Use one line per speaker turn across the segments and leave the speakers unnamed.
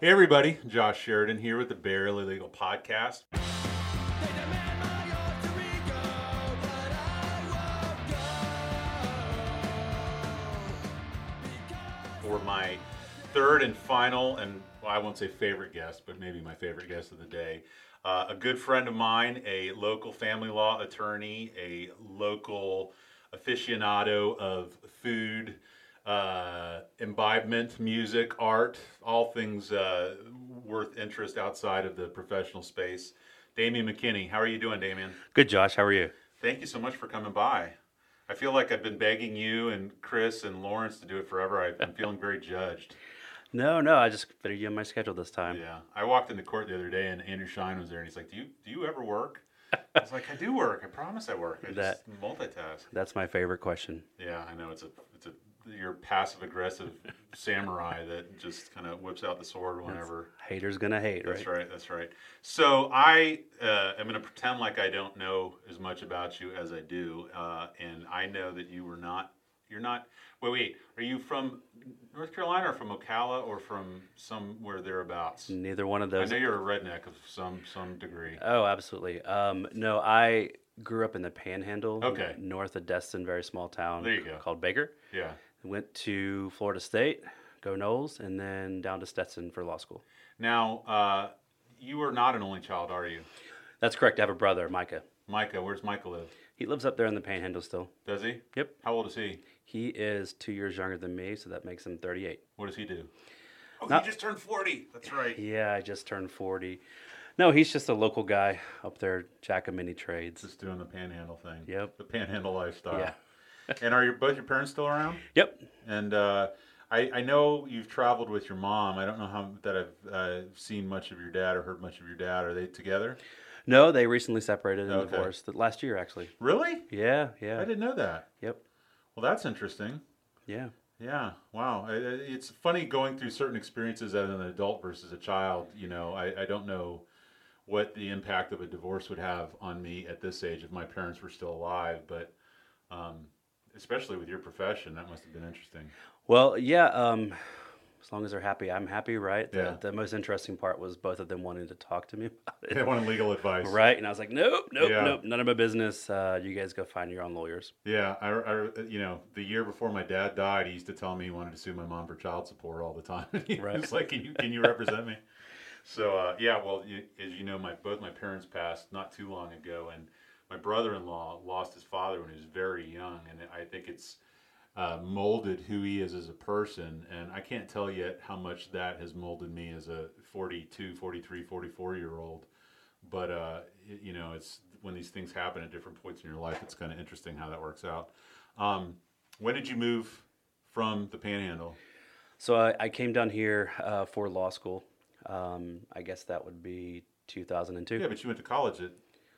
Hey everybody, Josh Sheridan here with the Barely Legal Podcast.
They demand my alter ego, but I won't go. Because
For my third and final, and well, I won't say favorite guest, but maybe my favorite guest of the day, uh, a good friend of mine, a local family law attorney, a local aficionado of food, uh, imbibement, music, art, all things uh, worth interest outside of the professional space. Damien McKinney, how are you doing, Damien?
Good, Josh. How are you?
Thank you so much for coming by. I feel like I've been begging you and Chris and Lawrence to do it forever. I've been feeling very judged.
No, no. I just fitted you in my schedule this time.
Yeah. I walked into court the other day and Andrew Shine was there and he's like, Do you do you ever work? I was like, I do work. I promise I work. I just multitask.
That's my favorite question.
Yeah, I know. It's a it's a you're a passive aggressive samurai that just kind of whips out the sword whenever
Haters gonna hate, right?
That's right. That's right. So I uh, am going to pretend like I don't know as much about you as I do, uh, and I know that you were not. You're not. Wait, wait. Are you from North Carolina or from Ocala or from somewhere thereabouts?
Neither one of
I
Mm, those.
know you're a redneck of some some degree.
Oh, absolutely. Um, no, I grew up in the Panhandle,
Okay.
north of Destin, very small town.
There you go.
Called Baker.
Yeah.
Went to Florida State, go Knowles, and then down to Stetson for law school.
Now uh, you are not an only child, are you,
That's correct. I have a brother, Micah.
Micah? Where's Micah live?
He lives up there in the Panhandle still.
Does he?
Yep.
How old is he?
He is two years younger than me, so that makes him 38.
What does he do? Oh,
Not-
he just turned forty. That's right.
Yeah, I just turned 40. No, he's just a local guy up there, jack of many trades.
Just doing the panhandle thing.
Yep.
The panhandle lifestyle.
Yeah.
and are your both your parents still around?
Yep.
And uh, I, I know you've traveled with your mom. I don't know how that I've uh, seen much of your dad or heard much of your dad. Are they together?
No, they recently separated and
Okay.
divorced th- last year, actually.
Really?
Yeah,
I
yeah.
didn't know that.
Yep.
Well, that's interesting.
Yeah.
Yeah. Wow. I- I- It's funny going through certain experiences as an adult versus a child. You know, I, I don't know what the impact of a divorce would have on me at this age if my parents were still alive, but um, especially with your profession, that must have been interesting.
Well, yeah. Um, as long as they're happy, I'm happy, right? The,
Yeah.
the most interesting part was both of them wanting to talk to me about it.
They wanted legal advice.
Right. And I was like, nope, nope,
Yeah.
nope. None of my business. Uh, you guys go find your own lawyers.
Yeah, I, I- you know, the year before my dad died, he used to tell me he wanted to sue my mom for child support all the time. he
Right.
was like, "Can you can you represent me?" So uh, yeah, well, you, as you know, my both my parents passed not too long ago, and my brother-in-law lost his father when he was very young, and I think it's uh, molded who he is as a person. And I can't tell yet how much that has molded me as a 42, 43, 44 year old. But, uh, y- you know, it's when these things happen at different points in your life, it's kind of interesting how that works out. Um, when did you move from the panhandle?
So I, I came down here uh, for law school. Um, I guess that would be 2002.
Yeah, but you went to college at,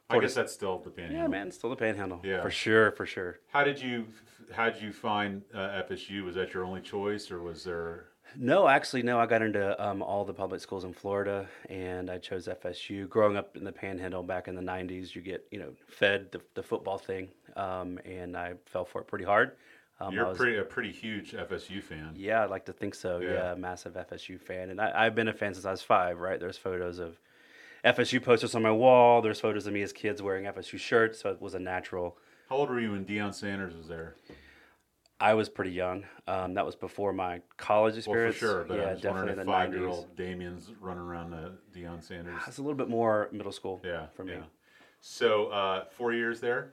I
Florida-
guess that's still the panhandle.
Yeah, man, still the panhandle.
Yeah.
For sure, for sure.
How did you, how did you find uh, FSU? Was that your only choice or was there,
No, actually, no. I got into um, all the public schools in Florida, and I chose FSU. Growing up in the Panhandle back in the '90s, you get you know fed the, the football thing, um, and I fell for it pretty hard. Um,
you're
I was,
pretty, a pretty huge FSU fan.
yeah, I'd like to think so.
Yeah.
Yeah, massive FSU fan, and I, I've been a fan since I was five. Right? There's photos of FSU posters on my wall. There's photos of me as kids wearing FSU shirts, so it was a natural.
How old were you when Deion Sanders was there?
I was pretty young. Um, that was before my college
Well, for
experience.
sure, but
yeah,
I was
definitely
wondering if
in the '90s.
five-year-old Damien's running around the Deion Sanders.
It's a little bit more middle school.
Yeah,
for me.
yeah. So uh, four years there.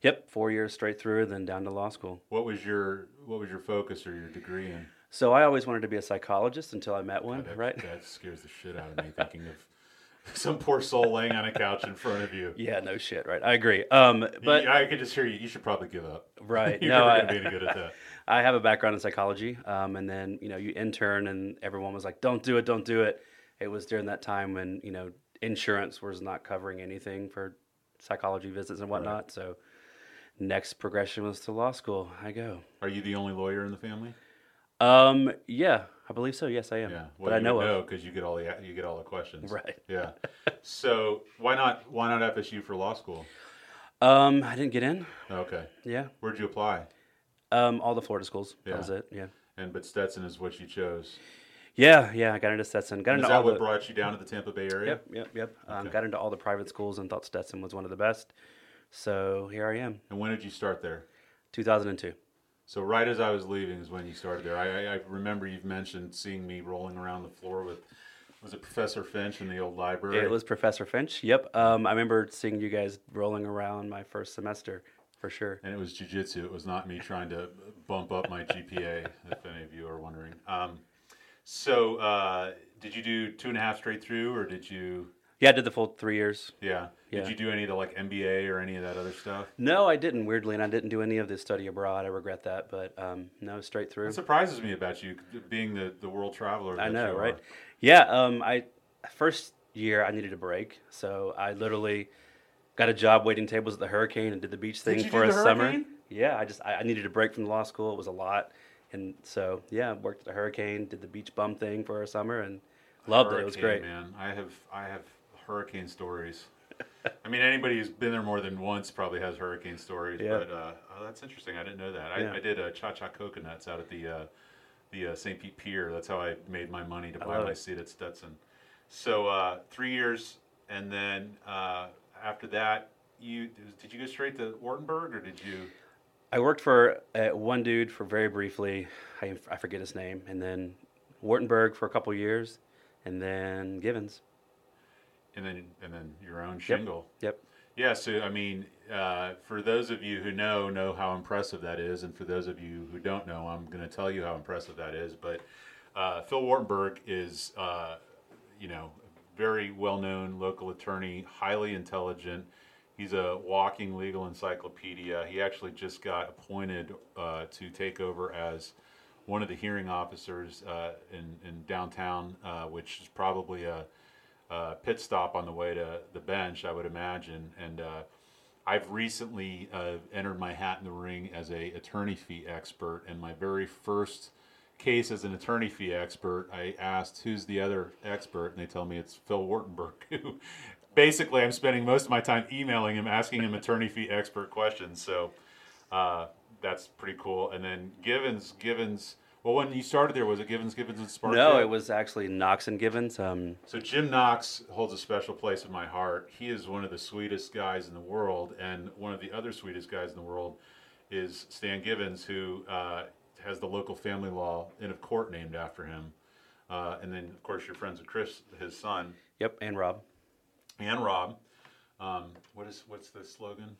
Yep, four years straight through, then down to law school.
What was your what was your focus or your degree in?
So I always wanted to be a psychologist until I met one,
That,
right?
That scares the shit out of me thinking of some poor soul laying on a couch in front of you.
Yeah, no shit, right? I agree. Um, but
You- I could just hear you. You should probably give up.
Right,
You're
no,
never
I-
gonna be any good at that.
I have a background in psychology, um, and then you know you intern, and everyone was like, "Don't do it, don't do it." It was during that time when you know insurance was not covering anything for psychology visits and whatnot. So next progression was to law school. I go.
Are you the only lawyer in the family?
Um, yeah, I believe so. Yes, I am.
Yeah.
but I know of.
because you get all the you get all the questions.
Right.
Yeah. So why not why not FSU for law school?
Um, I didn't get in.
Okay.
Yeah.
Where'd you apply?
Um, all the Florida schools.
Yeah.
That was it. Yeah.
And but Stetson is what you chose.
Yeah, yeah, I got into Stetson. Got
And
into
is that
all
what
the,
brought you down to the Tampa Bay area?
Yep, yep, yep. Um,
Okay.
got into all the private schools and thought Stetson was one of the best. So here I am,
And when did you start there?
2002.
So right as I was leaving is when you started there. I, I, I remember you've mentioned seeing me rolling around the floor with was it Professor Finch in the old library?
It was Professor Finch. Yep. Um, I remember seeing you guys rolling around my first semester for sure.
and it was jujitsu. It was not me trying to bump up my GPA, if any of you are wondering. Um, so uh, did you do two and a half straight through, or did you?
Yeah, I did the full three years.
Yeah.
Yeah.
Did you do any of the like MBA or any of that other stuff?
No, I didn't. Weirdly, and I didn't do any of this study abroad. I regret that, but um, no, straight through.
It surprises me about you being the, the world traveler.
I
that
know,
you are.
right? Yeah. Um, I first year I needed a break, so I literally got a job waiting tables at the Hurricane and did the beach thing
you
for
do
a
the
summer.
Hurricane?
Yeah, I just I, I needed a break from law school. It was a lot, and so yeah, I worked at the Hurricane, did the beach bum thing for a summer, and loved it. It was
Hurricane,
great.
Man, I have I have hurricane stories. I mean, anybody who's been there more than once probably has hurricane stories.
Yeah.
But uh, oh, that's interesting. I didn't know that. I,
Yeah.
I did uh, cha cha coconuts out at the uh, the uh, St. Pete Pier. That's how I made my money to buy
love
my
it.
seat at Stetson. So uh, three years, and then uh, after that, you did you go straight to Ortenberg or did you?
I worked for uh, one dude for very briefly. I, I forget his name, and then Wartenberg for a couple years, and then Givens.
And then and then your own shingle.
Yep.
Yeah, so I mean, uh, for those of you who know, know how impressive that is, and for those of you who don't know, I'm going to tell you how impressive that is. But uh, Phil Wartenberg is, uh, you know, very well-known local attorney, highly intelligent. He's a walking legal encyclopedia. He actually just got appointed uh, to take over as one of the hearing officers uh, in, in downtown, uh, which is probably a uh, pit stop on the way to the bench, I would imagine. And uh, I've recently uh, entered my hat in the ring as a attorney fee expert. And my very first case as an attorney fee expert, I asked who's the other expert, and they tell me it's Phil Wartenberg. Who basically I'm spending most of my time emailing him, asking him attorney fee expert questions. So. Uh, that's pretty cool. And then Givens, Givens. Well, when you started there, was it Givens, Givens, and Sparkfield?
No, it was actually Knox and Givens. Um,
So Jim Knox holds a special place in my heart. He is one of the sweetest guys in the world, and one of the other sweetest guys in the world is Stan Givens, who uh, has the local family law in of court named after him. Uh, and then, of course, you're friends with Chris, his son,
yep, and Rob.
and Rob. Um, what is what's the slogan?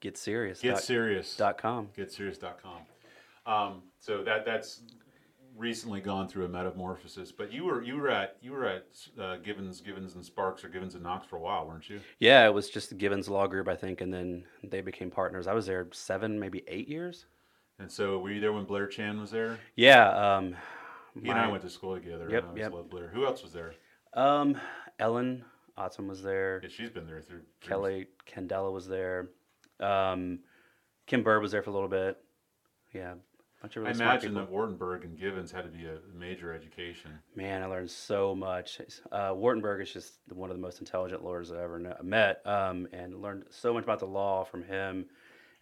Get serious.
Get
dot,
serious.
dot com.
GetSerious.com. Um, so that that's recently gone through a metamorphosis. But you were you were at you were at uh, Givens Givens and Sparks or Givens and Knox for a while, weren't you?
Yeah, it was just the Givens Law Group, I think, and then they became partners. I was there seven, maybe eight years.
And so were you there when Blair Chan was there?
Yeah. Um,
He and I
my-
went to school together. and
Yep,
I always
yep.
loved Blair. Who else was there?
um, Ellen Autumn was there.
Yeah, she's been there through through-
Kelly Candela was there. Um, Kim Burr was there for a little bit. Yeah. Bunch of
I
really smart
imagine
people.
that Wartenberg and Givens had to be a major education.
Man, I learned so much. Uh, Wartenberg is just one of the most intelligent lawyers I've ever kno- met, um, and learned so much about the law from him.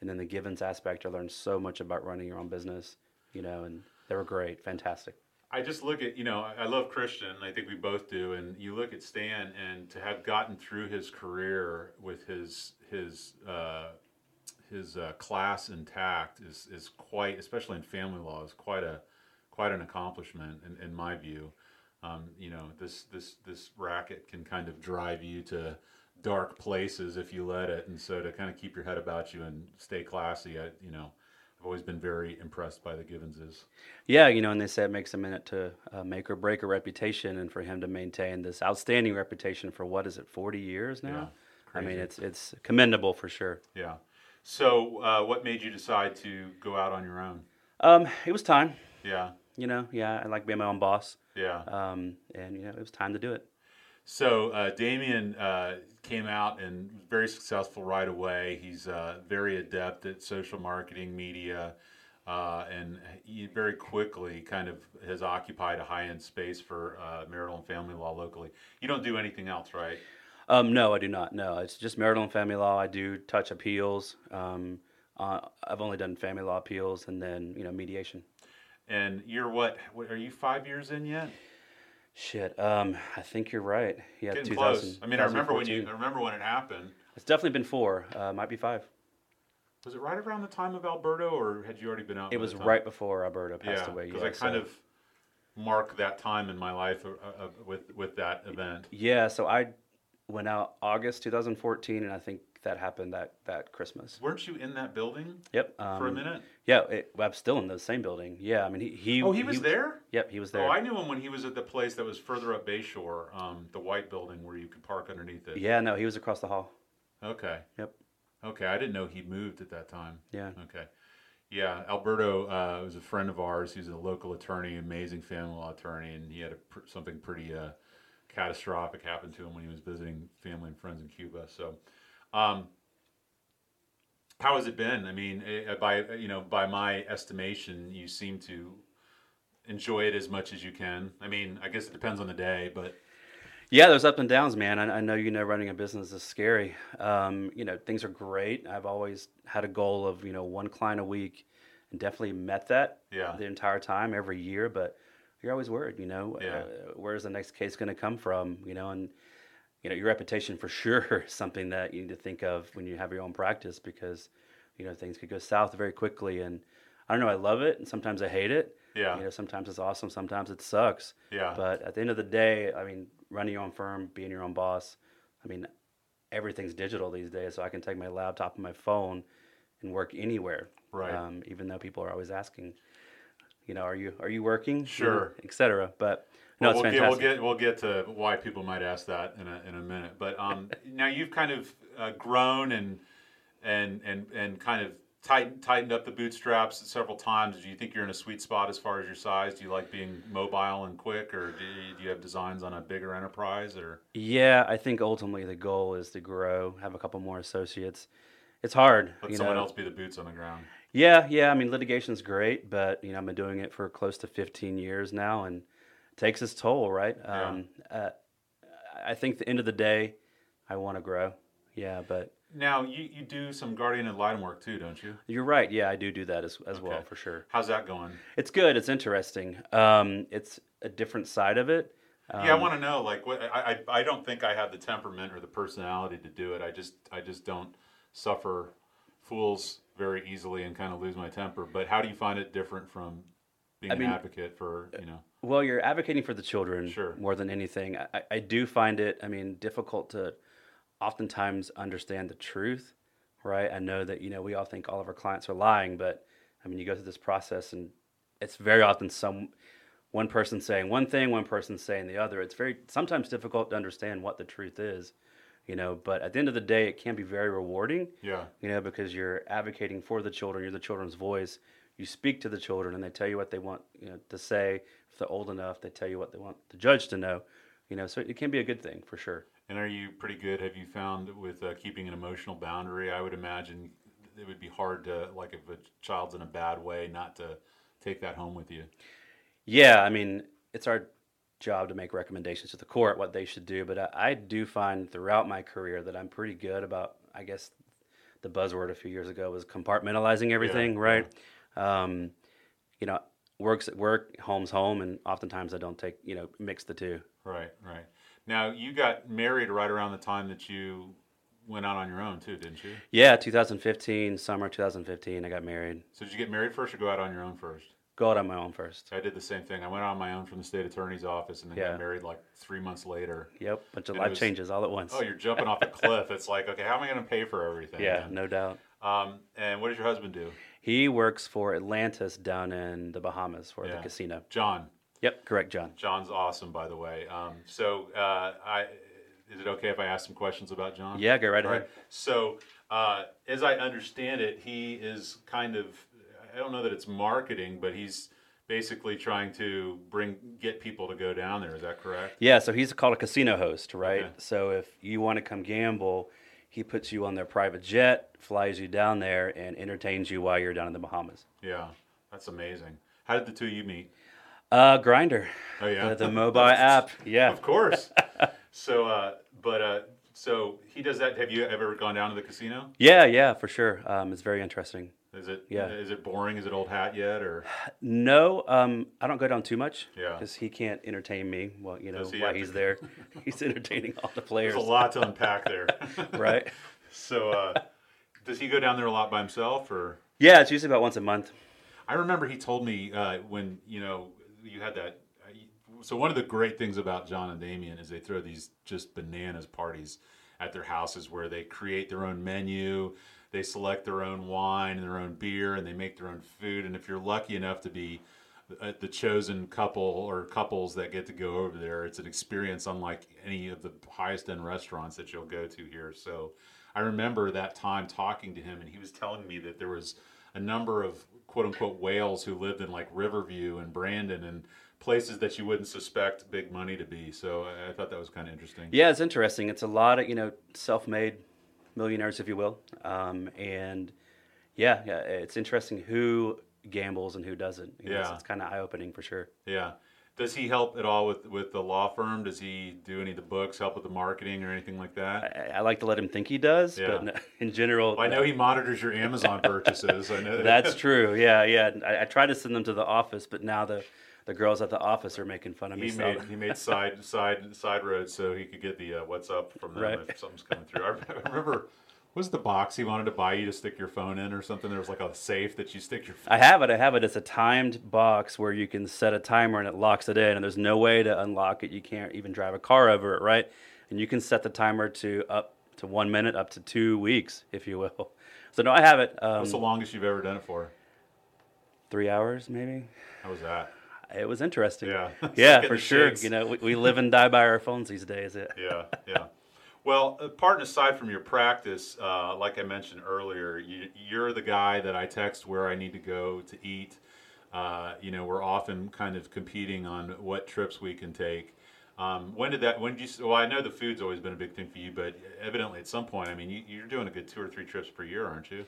And then the Givens aspect, I learned so much about running your own business, you know, and they were great, fantastic.
I just look at you know I- I love Christian and I think we both do and you look at Stan and to have gotten through his career with his his uh, his uh, class intact is is quite especially in family law is quite a quite an accomplishment in, in my view. Um, you know this this this racket can kind of drive you to dark places if you let it and so to kind of keep your head about you and stay classy I, you know I've always been very impressed by the Givenses.
Yeah, you know, and they say it makes a minute to uh, make or break a reputation, and for him to maintain this outstanding reputation for what is it, forty years now?
Yeah,
I mean,
crazy.
it's it's commendable for sure.
Yeah. So, uh, what made you decide to go out on your own?
Um, it was time,
Yeah.
you know. Yeah, I like being my own boss,
Yeah.
um, and you know, it was time to do it.
So, uh, Damien uh, came out and was very successful right away. He's uh, very adept at social marketing, media, uh, and he very quickly kind of has occupied a high end space for uh, marital and family law locally. You don't do anything else, right?
Um, no, I do not. No, it's just marital and family law. I do touch appeals. Um, uh, I've only done family law appeals and then you know mediation.
And you're what? what are you five years in yet?
Shit. Um, I think you're right. Yeah,
Getting close.
2000
I mean, I remember when you.
2014.
I remember when it happened.
It's definitely been four. Uh, might be five.
Was it right around the time of Alberto, or had you already been out?
It
by
was
the time?
right before Alberta passed
Oh, yeah,
away.
Because
yeah,
I kind
so-
of mark that time in my life uh, uh, with with that event.
Yeah, so I went out August 2014, and I think that happened that that Christmas.
Weren't you in that building
Yep. Um,
for a minute?
Yeah, it, I'm still in the same building. Yeah, I mean he. he
Oh, he was there.
Yep, he was there.
Oh, I knew him when he was at the place that was further up Bayshore, um, the white building where you could park underneath it.
yeah, no, he was across the hall.
Okay.
Yep.
Okay, I didn't know he moved at that time.
Yeah.
Okay. Yeah, Alberto uh, was a friend of ours. He's a local attorney, amazing family law attorney, and he had a, pr- something pretty uh, catastrophic happen to him when he was visiting family and friends in Cuba. So, um, how has it been? I mean, eh, by you know, by my estimation, you seem to enjoy it as much as you can. I mean, I guess it depends on the day, but
Yeah, there's up and downs, man. I, I know you know running a business is scary. Um, you know things are great. I've always had a goal of you know one client a week, and definitely met that
Yeah.
the entire time every year. But you're always worried, you know,
Yeah.
uh, where's the next case going to come from? You know, and you know your reputation for sure is something that you need to think of when you have your own practice because you know things could go south very quickly. And I don't know, I love it, and sometimes I hate it.
Yeah.
you know, sometimes it's awesome, sometimes it sucks.
yeah,
But at the end of the day, I mean, running your own firm, being your own boss, I mean, everything's digital these days. So I can take my laptop and my phone and work anywhere.
Right.
Um, even though people are always asking, you know, are you are you working?
Sure.
Etc. But no,
Well,
it's
we'll get, we'll
fantastic.
get we'll get to why people might ask that in a, in a minute. But um, now you've kind of uh, grown and and and and kind of tightened tightened up the bootstraps several times. Do you think you're in a sweet spot as far as your size? Do you like being mobile and quick, or do you, do you have designs on a bigger enterprise? Or
yeah, I think ultimately the goal is to grow, have a couple more associates. It's hard.
let
you
someone
know.
else be the boots on the ground?
Yeah, yeah. I mean, litigation's great, but you know, I've been doing it for close to 15 years now, and it takes its toll, right?
Yeah.
Um, uh, I think the end of the day, I want to grow. Yeah, but
Now you, you do some guardian and litem work too, don't you?
you're right. Yeah, I do do that as as well
Okay.
for sure.
How's that going?
It's good. It's interesting. Um, it's a different side of it. Um,
yeah, I want to know. Like, what I, I I don't think I have the temperament or the personality to do it. I just I just don't suffer fools very easily and kind of lose my temper. But how do you find it different from being
I mean-
an advocate for you know?
Well, you're advocating for the children
Sure.
more than anything. I, I do find it, I mean, difficult to oftentimes understand the truth, right? I know that, you know, we all think all of our clients are lying, but I mean, you go through this process and it's very often some one person saying one thing, one person saying the other. It's very sometimes difficult to understand what the truth is, you know, but at the end of the day, it can be very rewarding
Yeah,
you know, because you're advocating for the children. You're the children's voice. You speak to the children, and they tell you what they want you know, to say. If they're old enough, they tell you what they want the judge to know. You know, so it can be a good thing for sure.
and are you pretty good? Have you found with uh, keeping an emotional boundary? I would imagine it would be hard to like if a child's in a bad way, not to take that home with you.
Yeah, I mean, it's our job to make recommendations to the court what they should do. But I, I do find throughout my career that I'm pretty good about. I guess the buzzword a few years ago was compartmentalizing everything,
yeah.
right? Um, you know, works at work, home's home, and oftentimes I don't take you know mix the two.
Right, right. Now you got married right around the time that you went out on your own too, didn't you?
Yeah, 2015, summer 2015, I got married.
So did you get married first or go out on your own first?
Go out on my own first.
I did the same thing. I went on my own from the state attorney's office and then
Yeah.
got married like three months later.
Yep, bunch of
And it
life
was-
changes all at once.
Oh, you're jumping off a cliff. It's like, okay, how am I going to pay for everything?
yeah,
man?
no doubt.
Um, and what does your husband do?
He works for Atlantis down in the Bahamas for
Yeah.
the casino.
John.
Yep, correct, John.
John's awesome, by the way. Um, so, uh, I is it okay if I ask some questions about John?
Yeah, go right ahead.
Right. So, uh, as I understand it, he is kind of I don't know that it's marketing, but he's basically trying to bring get people to go down there. Is that correct?
Yeah, so he's called a casino host, right?
Okay.
So if you want to come gamble, he puts you on their private jet, flies you down there, and entertains you while you're down in the Bahamas.
Yeah, that's amazing. How did the two of you meet?
Uh, Grinder.
Oh, yeah.
the, the mobile app. Yeah.
Of course. so, uh, but uh, so he does that. Have you ever gone down to the casino?
Yeah, yeah, for sure. Um, it's very interesting.
Is it?
Yeah.
Is it boring? Is it old hat yet? Or
No, um, I don't go down too much.
Yeah.
Because he can't entertain me. Well, you know
Does he
why
have to-
he's there. he's entertaining all the players.
there's a lot to unpack there.
right?
So, uh, does he go down there a lot by himself, or?
Yeah, it's usually about once a month.
I remember he told me uh, when you know you had that. uh, So one of the great things about John and Damien is they throw these just bananas parties at their houses where they create their own menu, they select their own wine and their own beer, and they make their own food. And if you're lucky enough to be uh, the chosen couple or couples that get to go over there, it's an experience unlike any of the highest end restaurants that you'll go to here. So I remember that time talking to him, and he was telling me that there was a number of quote unquote whales who lived in like Riverview and Brandon and places that you wouldn't suspect big money to be. So I, I thought that was kind of interesting.
Yeah, it's interesting. It's a lot of you know self-made millionaires, if you will, um, and yeah, yeah, it's interesting who gambles and who doesn't. You know, so
Yeah.
it's kind of eye-opening for sure.
Yeah. Does he help at all with, with the law firm? Does he do any of the books, help with the marketing or anything like that?
I, I like to let him think he does,
Yeah.
but no, in general,
Well, I know
no.
he monitors your Amazon purchases. I know that.
That's true. Yeah, yeah. I, I try to send them to the office, but now the the girls at the office are making fun of me.
he
so-
made he made side side side roads so he could get the uh, what's up from them
Right.
if something's coming through. I remember- I remember was the box he wanted to buy you to stick your phone in or something. There was like a safe that you stick your
I have it. I have it. It's a timed box where you can set a timer and it locks it in, and there's no way to unlock it. You can't even drive a car over it, right? And you can set the timer to up to one minute, up to two weeks, if you will. So no, I have it. Um,
What's the longest you've ever done it for?
three hours, maybe.
How was that?
It was interesting.
Yeah. It's
yeah,
like getting
for
the
sure.
shakes.
You know, we, we live and die by our phones these days. Yeah.
Yeah, yeah. Well, apart and aside from your practice, uh, like I mentioned earlier, you, you're the guy that I text where I need to go to eat. Uh, you know, we're often kind of competing on what trips we can take. Um, when did that? When did you? s- Well, I know the food's always been a big thing for you, but evidently at some point, I mean, you, you're doing a good two or three trips per year, aren't you?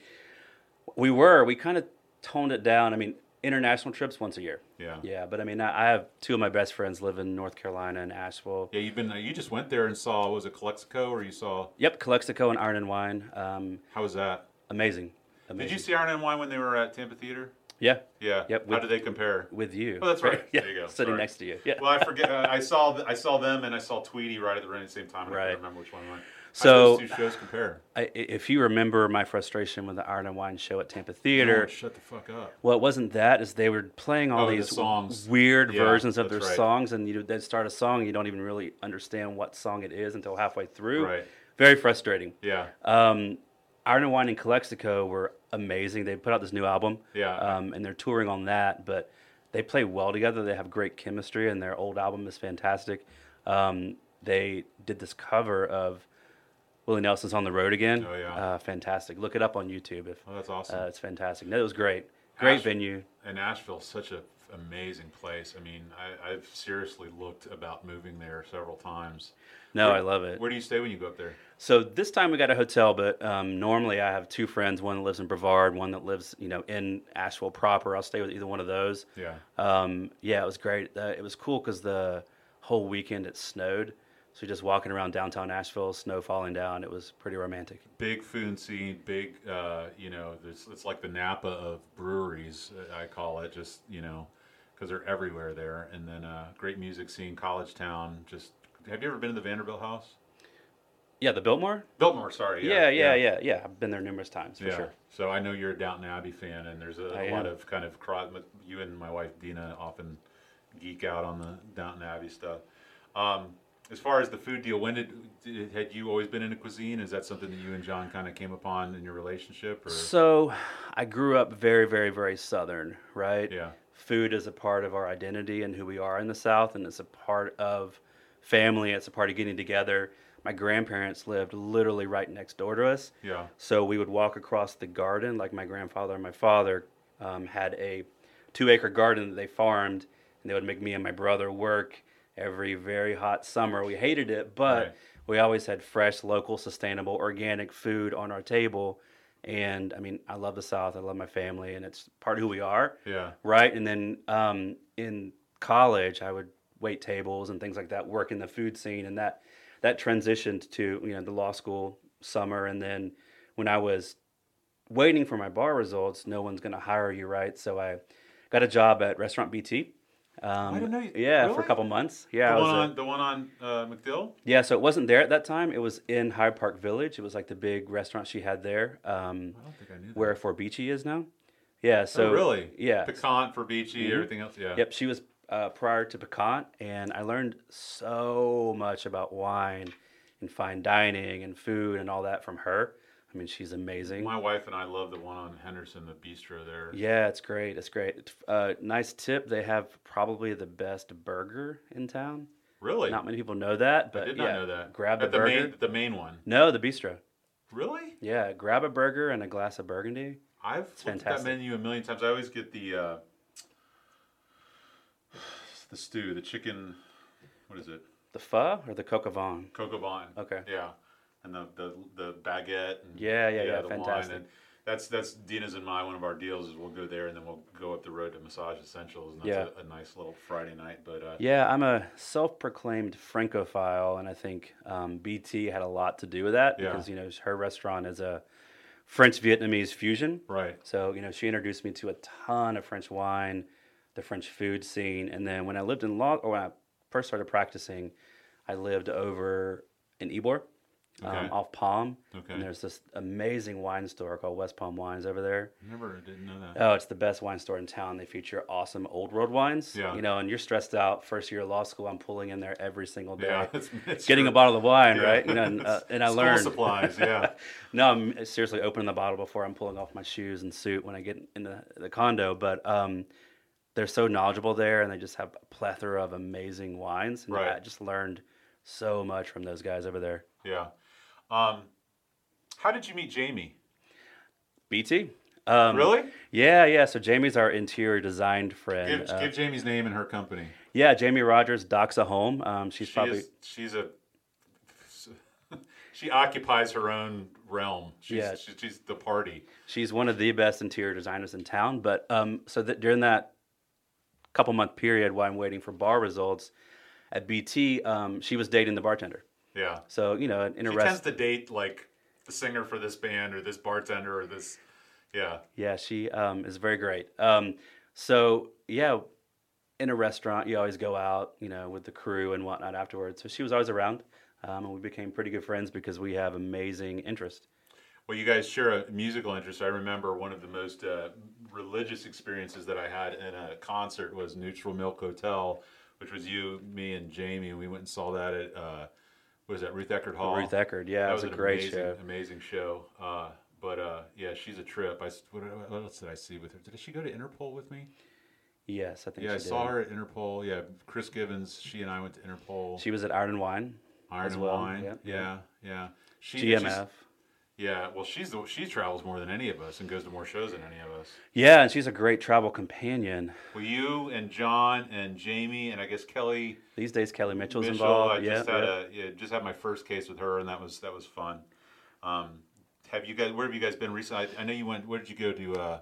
We were. We kind of toned it down. I mean, international trips once a year.
Yeah.
Yeah, but I mean, I I have two of my best friends live in North Carolina and Asheville.
Yeah, you've been. You just went there and saw. Was it Calexico or you saw?
Yep, Calexico and Iron and Wine. Um,
How was that?
amazing. amazing.
Did you see Iron and Wine when they were at Tampa Theater?
Yeah,
Yeah.
Yep,
How
with-
did they compare?
with you.
Oh, that's right.
Yeah,
There you go.
Sitting
Sorry.
next to you. Yeah.
well, I forget. Uh, I saw th- I saw them and I saw Tweety right at the right at the same time. and I
Right.
can't remember which one. Went.
So-
How do those two shows compare?
I, i- if you remember my frustration with the Iron and Wine show at Tampa
Oh,
Theater,
shut the fuck up.
well, it wasn't that. Is they were playing all
Oh, the
these
songs.
weird
Yeah,
versions of their
that's right.
songs, and you then start a song, and you don't even really understand what song it is until halfway through.
Right.
Very frustrating.
Yeah.
Um, Iron and Wine and Calexico were amazing. They put out this new album.
Yeah.
Um, and they're touring on that, but they play well together. They have great chemistry, and their old album is fantastic. Um, they did this cover of Willie Nelson's "On the Road Again."
Oh, yeah.
Uh, fantastic. Look it up on YouTube if
Oh, that's awesome.
uh, it's fantastic. No, it was great. Great
Ash-
venue.
and Nashville's such a f- amazing place. I mean, I, I've seriously looked about moving there several times.
No,
Where-
I love it.
Where do you stay when you go up there?
So this time we got a hotel, but um, normally I have two friends. One that lives in Brevard, one that lives, you know, in Asheville proper. I'll stay with either one of those.
Yeah.
Um, yeah, it was great. Uh, it was cool because the whole weekend it snowed, so you're just walking around downtown Asheville, snow falling down. It was pretty romantic.
Big food scene, big, uh, you know, it's, it's like the Napa of breweries, uh, I call it, just, you know, because they're everywhere there. And then uh, great music scene, college town. Just, have you ever been to the Vanderbilt house?
Yeah, the Biltmore.
Biltmore, sorry.
Yeah, yeah, yeah, yeah. I've been there numerous times for
Yeah.
sure.
So I know you're a Downton Abbey fan, and there's a,
I
a lot
am.
of kind of cross. but You and my wife Dina often geek out on the Downton Abbey stuff. Um, as far as the food deal, when did, did had you always been into cuisine? Is that something that you and John kind of came upon in your relationship? Or
So, I grew up very, very, very southern, right?
Yeah.
Food is a part of our identity and who we are in the South, and it's a part of family. It's a part of getting together. My grandparents lived literally right next door to us.
yeah,
So we would walk across the garden, like my grandfather and my father um, had a two acre garden that they farmed, and they would make me and my brother work every very hot summer. We hated it, but
Right.
we always had fresh, local, sustainable, organic food on our table. And I mean, I love the South, I love my family, and it's part of who we are
yeah,
right? And then um, in college, I would wait tables and things like that, work in the food scene, and that that transitioned to you know the law school summer, and then when I was waiting for my bar results, no one's going to hire you, right? So I got a job at Restaurant BT. Um,
didn't know you-
yeah, for
really?
a couple months. Yeah, I
the,
was
one
a-
on, the one on uh, McDill?
yeah, so it wasn't there at that time. It was in Hyde Park Village. It was like the big restaurant she had there,
I
um,
don't think I knew that.
where Forbici is now. Yeah, so
oh, really?
yeah,
Pecan for Beachy, everything else. Yeah.
Mm-hmm. Yep, she was uh, prior to Piquant, and I learned so much about wine and fine dining and food and all that from her. I mean, she's amazing.
My wife and I love the one on Henderson, the bistro there.
Yeah, it's great. It's great. Uh, nice tip. They have probably the best burger in town.
Really?
Not many people know that, but
I did not
yeah,
know that.
grab the,
At the
burger.
main, the main one.
No, the bistro.
Really?
Yeah, grab a burger and a glass of burgundy.
I've looked at that
fantastic.
menu a million times. I always get the uh, the stew, the chicken. What is it?
The pho or the coca vin?
Coca Bon.
Okay.
Yeah, and the the, the baguette. And,
Yeah, yeah, yeah,
the
fantastic.
Wine. And that's that's Dina's and my one of our deals is we'll go there and then we'll go up the road to Massage Essentials and that's a, a nice little Friday night. But uh,
Yeah, I'm a self-proclaimed Francophile, and I think um, BT had a lot to do with that
Yeah.
because you know her restaurant is a French-Vietnamese fusion.
right.
So, you know, she introduced me to a ton of French wine, the French food scene. And then when I lived in law, or when I first started practicing, I lived over in Ybor,
Okay.
um, off Palm.
Okay.
And there's this amazing wine store called West Palm Wines over there.
Never didn't know that.
Oh, it's the best wine store in town. They feature awesome old world wines.
Yeah.
You know, and you're stressed out. First year of law school, I'm pulling in there every single day.
yeah, it's, it's
Oh, Getting a
true.
bottle of wine,
Yeah.
right? You know, and, uh, and I
School
learned
supplies. Yeah.
no, I'm uh, seriously opening the bottle before I'm pulling off my shoes and suit when I get in the, the condo. But um, they're so knowledgeable there, and they just have a plethora of amazing wines. And
Right.
I just learned so much from those guys over there.
Yeah. Um, how did you meet Jamie?
BT. Um,
Really?
Yeah, yeah. So Jamie's our interior design friend.
Give,
Uh,
give Jamie's name and her company.
yeah, Jamie Rogers docks a home. Um, she's
She
probably
is, she's a she occupies her own realm. She's,
Yeah.
she- she's the party.
She's one of the best interior designers in town. But um, so that during that couple month period while I'm waiting for bar results at BT, um, she was dating the bartender.
Yeah.
So you know, an
She
interest.
tends to date like the singer for this band or this bartender or this. Yeah.
yeah, she um, is very great. Um, so yeah, in a restaurant, you always go out, you know, with the crew and whatnot afterwards. So she was always around, um, and we became pretty good friends because we have amazing interest.
Well, you guys share a musical interest. I remember one of the most uh, religious experiences that I had in a concert was Neutral Milk Hotel, which was you, me, and Jamie. We went and saw that at uh, what is that Ruth Eckerd Hall?
Ruth Eckerd, yeah, it was, a
an
great
amazing,
show.
Amazing show. Uh, but uh, yeah, she's a trip. I s- what, what else did I see with her? Did she go to Interpol with me?
Yes, I think
Yeah,
she
I
did.
saw her at Interpol. Yeah, Chris Givens. She and I went to Interpol.
She was at Iron and Wine.
Iron
as
and
well,
Wine.
yep,
yeah, yeah. She, she's-
GMF.
Yeah, well, she's the, she travels more than any of us and goes to more shows than any of us.
Yeah, and she's a great travel companion.
Well, you and John and Jamie and I guess Kelly
These days, Kelly Mitchell's
Mitchell. I
involved. Yeah,
just had
yeah.
a yeah, just had my first case with her, and that was that was fun. Um, have you guys? Where have you guys been recently? I, I know you went. Where did you go to? Uh,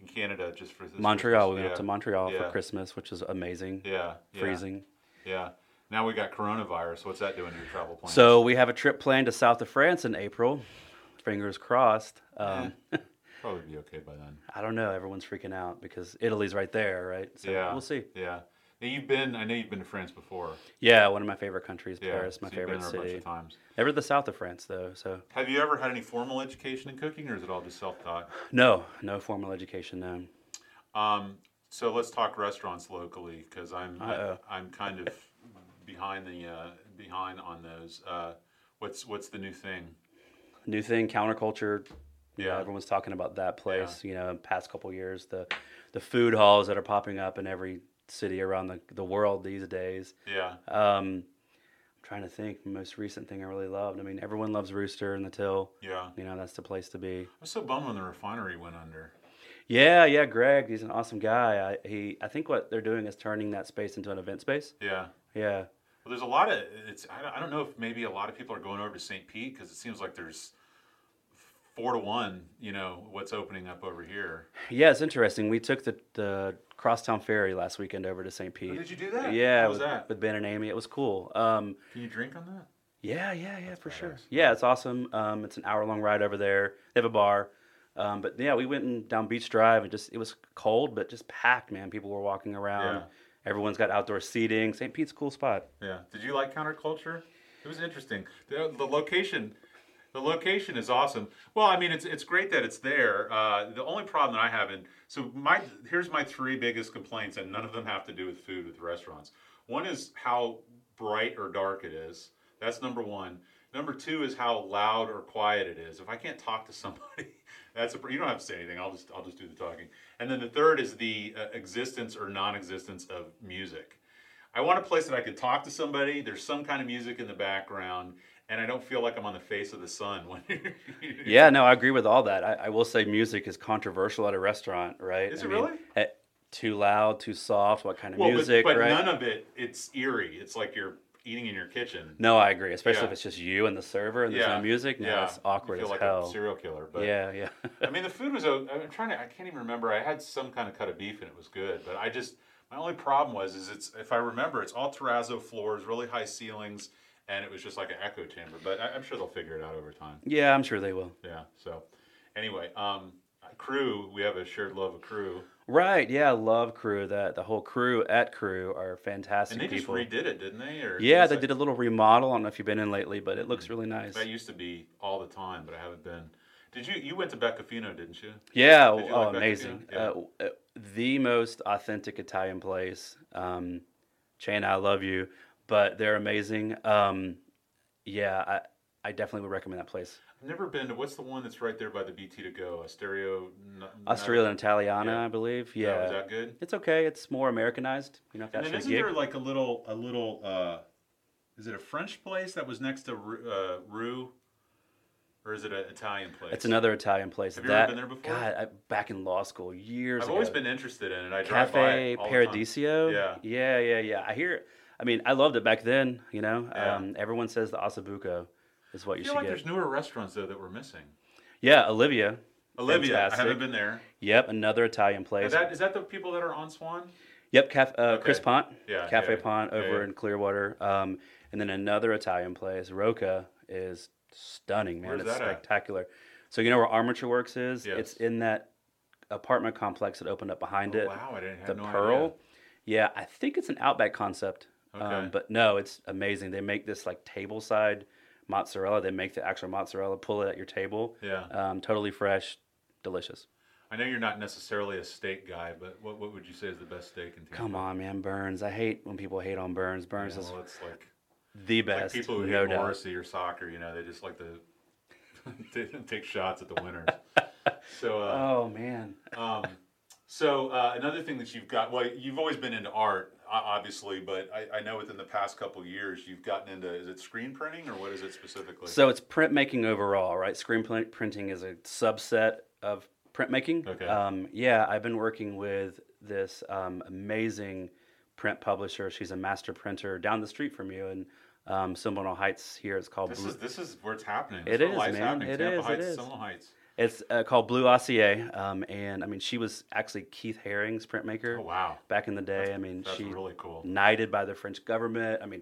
in Canada, just for this
Montreal.
Christmas?
We went
Yeah,
up to Montreal
yeah,
for Christmas, which is amazing.
Yeah, yeah,
Freezing.
Yeah. Now we got coronavirus. What's that doing to your travel plans?
So we have a trip planned to South of France in April. Fingers crossed. Um,
Mm-hmm. probably be okay by then.
I don't know. Everyone's freaking out because Italy's right there, right? So
yeah,
we'll see.
Yeah. Now you've been. I know you've been to France before.
Yeah, one of my favorite countries,
Yeah,
Paris, my
so you've been
favorite
there a bunch
city.
of times.
Never the south of France though. So
Have you ever had any formal education in cooking, or is it all just self-taught?
no, no formal education. No.
Um, so let's talk restaurants locally because I'm I,
Uh-oh.
I'm kind of behind the uh, behind on those. Uh, what's what's the new thing?
new thing, counterculture. Yeah,
Yeah.
everyone's talking about that place. You know, in past couple years, the the food halls that are popping up in every city around the the world these days.
Yeah,
Um, I'm trying to think. Most recent thing I really loved. I mean, everyone loves Rooster and the Till.
yeah.
You know, that's the place to be.
I was so bummed when the refinery went under.
Yeah, yeah. Greg, he's an awesome guy. I, he, I think what they're doing is turning that space into an event space.
Yeah.
Yeah,
Well, there's a lot of it's. I don't, I don't know if maybe a lot of people are going over to St. Pete because it seems like there's four to one. You know what's opening up over here.
yeah. It's interesting. We took the the crosstown ferry last weekend over to St. Pete.
Oh, Did you do that?
Yeah,
How was
with,
that?
with Ben and Amy. It was cool. Um,
Can you drink on that?
Yeah, yeah, yeah, for sure.
badass.
Yeah, it's awesome. Um, it's an hour long ride over there. They have a bar. Um, but yeah, we went and down Beach Drive and just it was cold, but just packed, man. People were walking around.
Yeah.
Everyone's got outdoor seating. St. Pete's a cool spot.
Yeah. Did you like counterculture? It was interesting. The, the location, the location is awesome. Well, I mean, it's it's great that it's there. Uh, the only problem that I have, and so my here's my three biggest complaints, and none of them have to do with food with restaurants. One is how bright or dark it is. That's number one. Number two is how loud or quiet it is. If I can't talk to somebody, that's a pr- you don't have to say anything. I'll just I'll just do the talking. And then the third is the uh, existence or non-existence of music. I want a place that I could talk to somebody. There's some kind of music in the background, and I don't feel like I'm on the face of the sun. When
Yeah, no, I agree with all that. I, I will say music is controversial at a restaurant, right?
Is
I
it
mean,
really?
eh, too loud, too soft, what kind of
Well, but-
music,
but,
right?
none of it. It's eerie. It's like you're eating in your kitchen.
no, I agree, especially
Yeah.
if it's just you and the server and there's no music. No, it's awkward
You feel like
as
a
hell.
serial killer. But
Yeah, yeah.
I mean, the food was. o- I'm trying to. I can't even remember. I had some kind of cut of beef and it was good, but I just my only problem was is it's if I remember it's all terrazzo floors, really high ceilings, and it was just like an echo chamber. But I, I'm sure they'll figure it out over time.
yeah, I'm sure they will.
Yeah. So anyway, um, crew. We have a shared love of crew,
Right, yeah, I love crew. That the whole crew at crew are fantastic
and they
people.
just redid it, didn't they? Or
yeah,
it's
they
like-
did a little remodel. I don't know if you've been in lately, but it
Mm-hmm.
looks really nice.
That used to be all the time, but I haven't been. Did you? You went to Beccafino, didn't you?
Yeah,
Did you
oh,
like Becca
amazing.
Fiona? Yeah.
Uh, w- uh, the most authentic Italian place. Um, Shane, I love you, but they're amazing. Um, yeah, I, I definitely would recommend that place.
I've never been to. What's the one that's right there by the BT to go? Asterio.
Australia Italiana,
Yeah.
I believe.
Yeah.
Yeah.
Is that good?
It's okay. It's more Americanized. You know, if
And
that's
then
your
isn't
gig.
there like a little, a little, uh, is it a French place that was next to Ru- uh, Rue, or is it an Italian place?
It's another Italian place.
Have you ever
that,
been there before?
God, I, back in law school, years
I've
ago.
always been interested in it. I drive by
Cafe
it all the time.
Paradiso.
Yeah.
Yeah, yeah, yeah. I hear. I mean, I loved it back then. You know,
Yeah.
um, everyone says the Asabuco is what
I
you
feel
should
like
get.
there's newer restaurants though that we're missing.
Yeah, Olivia.
Olivia, I
Fantastic.
haven't been there.
Yep, another Italian
Is
place.
that is that the people that are on Swan?
yep, caf- uh,
Okay.
Chris Pont.
Yeah, Oh,
Cafe
yeah,
Pont
yeah,
over
yeah.
in Clearwater. Um, and then another Italian place, Roca, is stunning, man.
Where's
it's
that at?
spectacular. So you know where Armature Works is?
Yes.
It's in that apartment complex that opened up behind
Oh,
it.
wow, I didn't have
The
no
Pearl.
idea.
Yeah, I think it's an Outback concept.
Okay.
Um, but no, it's amazing. They make this like table side mozzarella. They make the actual mozzarella, pull it at your table.
Yeah.
Um, totally fresh, delicious.
I know you're not necessarily a steak guy, but what, what would you say is the best steak in Tampa?
Come on, man, Burns. I hate when people hate on Burns. Burns
Yeah,
is
well, it's like,
the
like
best.
people who
no
hate
doubt.
Morrissey or soccer, you know, they just like to they take shots at the winners. so, uh,
Oh man.
um, so uh, another thing that you've got, well, you've always been into art, o- obviously, but I, I know within the past couple years you've gotten into is it screen printing or what is it specifically?
So it's printmaking overall, right? Screen print- printing is a subset of printmaking.
Okay.
Um, yeah, I've been working with this um, amazing print publisher. She's a master printer down the street from you in um, Seminole Heights. Here, it's called
this
Blue.
is this is where it's happening.
It
This
is,
life's
man.
Happening.
It
Tampa
is, it
Heights,
is.
Seminole Heights.
It's uh, called Blue Ossier, um, and I mean, she was actually Keith Haring's printmaker
Oh wow,
back in the day. I mean,
that's
she
really cool.
knighted by the French government. I mean,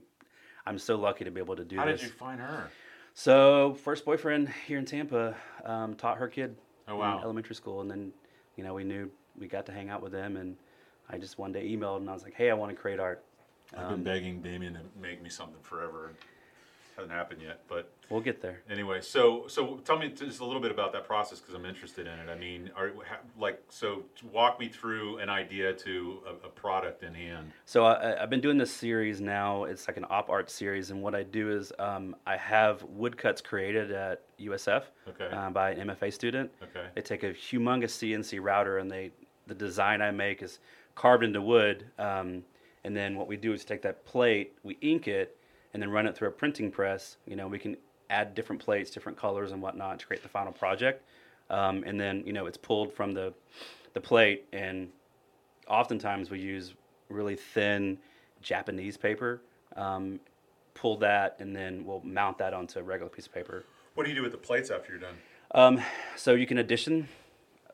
I'm so lucky to be able to do
How
this.
did you find her?
So first boyfriend here in Tampa um, taught her kid
Oh, wow.
in elementary school, and then you know we knew we got to hang out with them, and I just one day emailed and I was like, hey, I want to create art.
I've
Um,
been begging Damien to make me something forever. Hasn't happened yet, but
We'll get there.
anyway. So, so tell me just a little bit about that process because I'm interested in it. I mean, are ha, like so walk me through an idea to a, a product in hand.
So I, I- I've been doing this series now. It's like an op art series, and what I do is um, I have woodcuts created at USF
Okay.
uh, by an MFA student.
Okay.
They take a humongous CNC router, and they the design I make is carved into wood. Um, and then what we do is take that plate, we ink it, and then run it through a printing press. You know, we can add different plates, different colors, and whatnot to create the final project. Um, and then you know it's pulled from the the plate and oftentimes we use really thin Japanese paper, um, pull that, and then we'll mount that onto a regular piece of paper.
What do you do with the plates after you're done?
Um, so you can addition,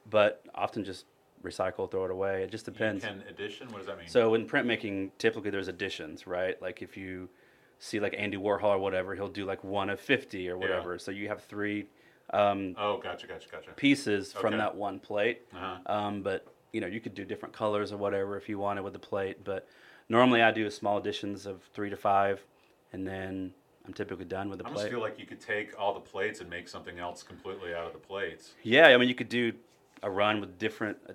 but often just recycle, throw it away. It just depends.
Can addition? What does that mean?
So in printmaking, typically there's additions, right? Like if you see like Andy Warhol or whatever, he'll do like one of fifty or whatever. So you have three um,
Oh, gotcha, gotcha, gotcha.
pieces
Okay.
from that one plate.
Uh-huh.
Um, but you know, you could do different colors or whatever if you wanted with the plate. But normally, I do small additions of three to five, and then I'm typically done with the
I almost
plate.
feel like you could take all the plates and make something else completely out of the plates.
yeah, I mean, you could do a run with different uh,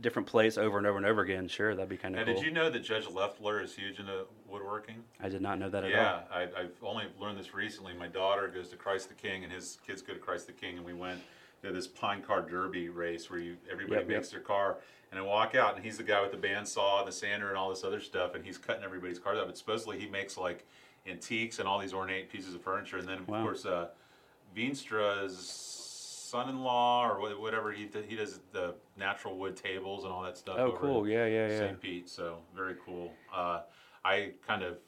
different plates over and over and over again. Sure, that'd be kind
Now,
of cool.
did you know that Judge Leffler is huge into woodworking?
I did not know that at all.
Yeah, I, I've only learned this recently. My daughter goes to Christ the King, and his kids go to Christ the King, and we went to this pine car derby race where you everybody
Yep, yep.
makes their car. And I walk out, and he's the guy with the bandsaw and the sander and all this other stuff, and he's cutting everybody's cars up. But supposedly he makes like antiques and all these ornate pieces of furniture. And then of
Wow.
course, uh, Veenstra's son-in-law or wha- whatever he d- he does the natural wood tables and all that stuff.
Oh,
over
cool.
in
Yeah, yeah, yeah.
St. Pete. So very cool. Uh, I kind of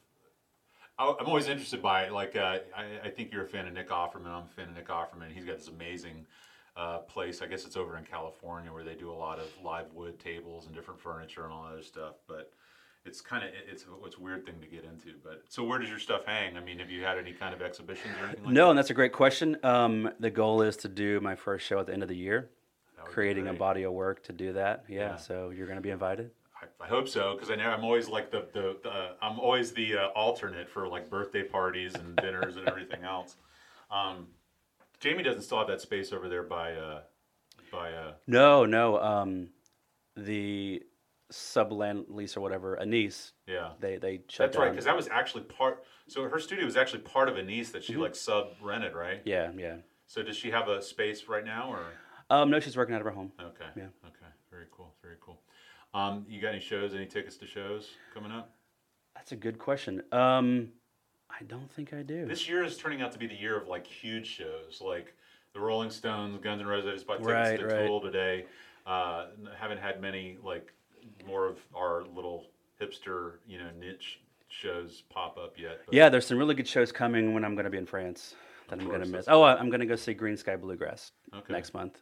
I- I'm always interested by it. Like, uh, I, I think you're a fan of Nick Offerman. I'm a fan of Nick Offerman. He's got this amazing uh, place. I guess it's over in California where they do a lot of live wood tables and different furniture and all that other stuff. But it's kind of it's it's a weird thing to get into. But so where does your stuff hang? I mean, have you had any kind of exhibitions or anything? like
No, and that's a great question. Um, the goal is to do my first show at the end of the year,
That would be
creating a
Oh, great.
body of work to do that. Yeah,
Yeah.
so you're going to be invited.
I, I hope so because I know I'm always like the the, the uh, I'm always the uh, alternate for like birthday parties and dinners and everything else. Um, Jamie doesn't still have that space over there by uh, by uh,
No, no. Um, the subland lease or whatever, a niece,
yeah.
they they shut
That's right
down.
because that was actually part. So her studio was actually part of a niece that she like sub rented, right?
Mm-hmm. yeah, yeah.
So does she have a space right now or?
Um, no, she's working out of her home.
Okay.
Yeah.
Okay. Very cool. Very cool. Um, you got any shows? Any tickets to shows coming up?
That's a good question. Um, I don't think I do.
This year is turning out to be the year of like huge shows, like the Rolling Stones, Guns N' Roses. I just bought tickets
Right,
to
right.
Tool today. Uh, n- haven't had many like more of our little hipster, you know, niche shows pop up yet. but-
yeah, there's some really good shows coming when I'm going to be in France that I'm going to
course,
miss.
that's
Oh, I- I'm going to go see Green Sky Bluegrass
Okay.
next month.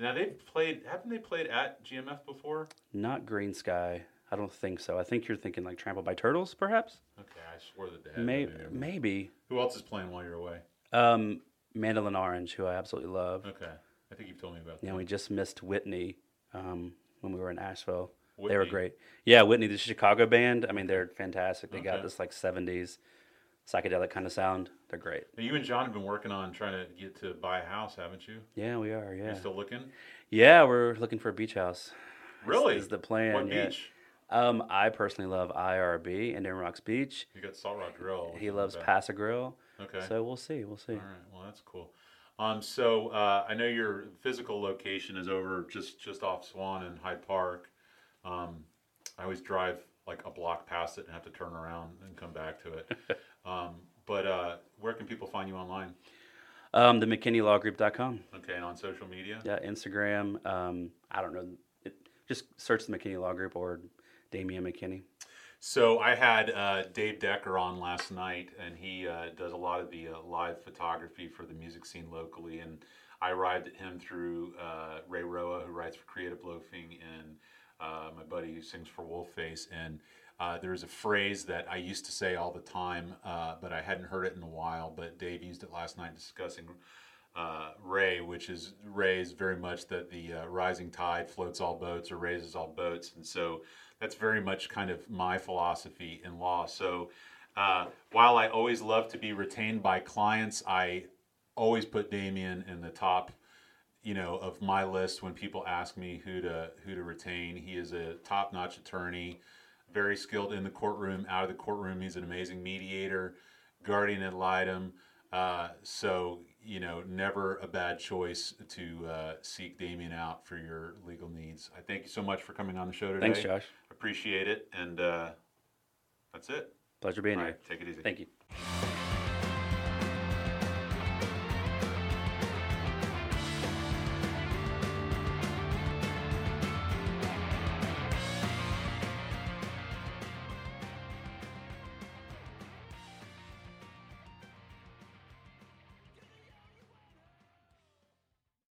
Now they've played. Haven't they played at GMF before?
Not Green Sky. I don't think so. I think you're thinking like Trampled by Turtles, perhaps.
Okay, I swore that they had.
May-
that in there.
maybe.
Who else is playing while you're away?
Um, Mandolin Orange, who I absolutely love.
Okay, I think you've told me about that.
Yeah, we just missed Whitney um, when we were in Asheville. They were
Whitney?
great. Yeah, Whitney, the Chicago band. I mean, they're fantastic. They got
Okay.
this like '70s psychedelic kind of sound. They're great.
Now, you and John have been working on trying to get to buy a house, haven't you?
Yeah, we are. Yeah,
You still looking?
yeah, we're looking for a beach house.
Really?
is the plan,
What
yeah.
beach?
Um, I personally love IRB, Indian Rocks Beach.
You got Salt Rock Grill.
He loves
Okay.
Paso Grill.
Okay.
So we'll see. We'll see.
All right. Well, that's cool. Um, so uh, I know your physical location is over just just off Swan and Hyde Park. Um, I always drive like a block past it and have to turn around and come back to it. um, but uh, where can people find you online?
Um, the McKinneyLawGroup.com.
Okay, and on social media.
Yeah, Instagram. Um, I don't know. It, just search the McKinney Law Group or Damian McKinney.
So I had uh, Dave Decker on last night, and he uh, does a lot of the uh, live photography for the music scene locally. And I arrived at him through uh, Ray Roa, who writes for Creative Loafing, and uh, my buddy who sings for Wolfface. And uh, there's a phrase that I used to say all the time, uh, but I hadn't heard it in a while. But Dave used it last night discussing uh, Ray, which is Ray's very much that the uh, rising tide floats all boats or raises all boats, and so that's very much kind of my philosophy in law. So uh, while I always love to be retained by clients, I always put Damien in the top, you know, of my list when people ask me who to who to retain. He is a top-notch attorney, very skilled in the courtroom, out of the courtroom. He's an amazing mediator, guardian ad litem. Uh, so you know, never a bad choice to uh, seek Damien out for your legal needs. I thank you so much for coming on the show today.
Thanks, Josh.
Appreciate it, and uh, that's it.
Pleasure being
All
here.
right, take it easy.
Thank you.
Thank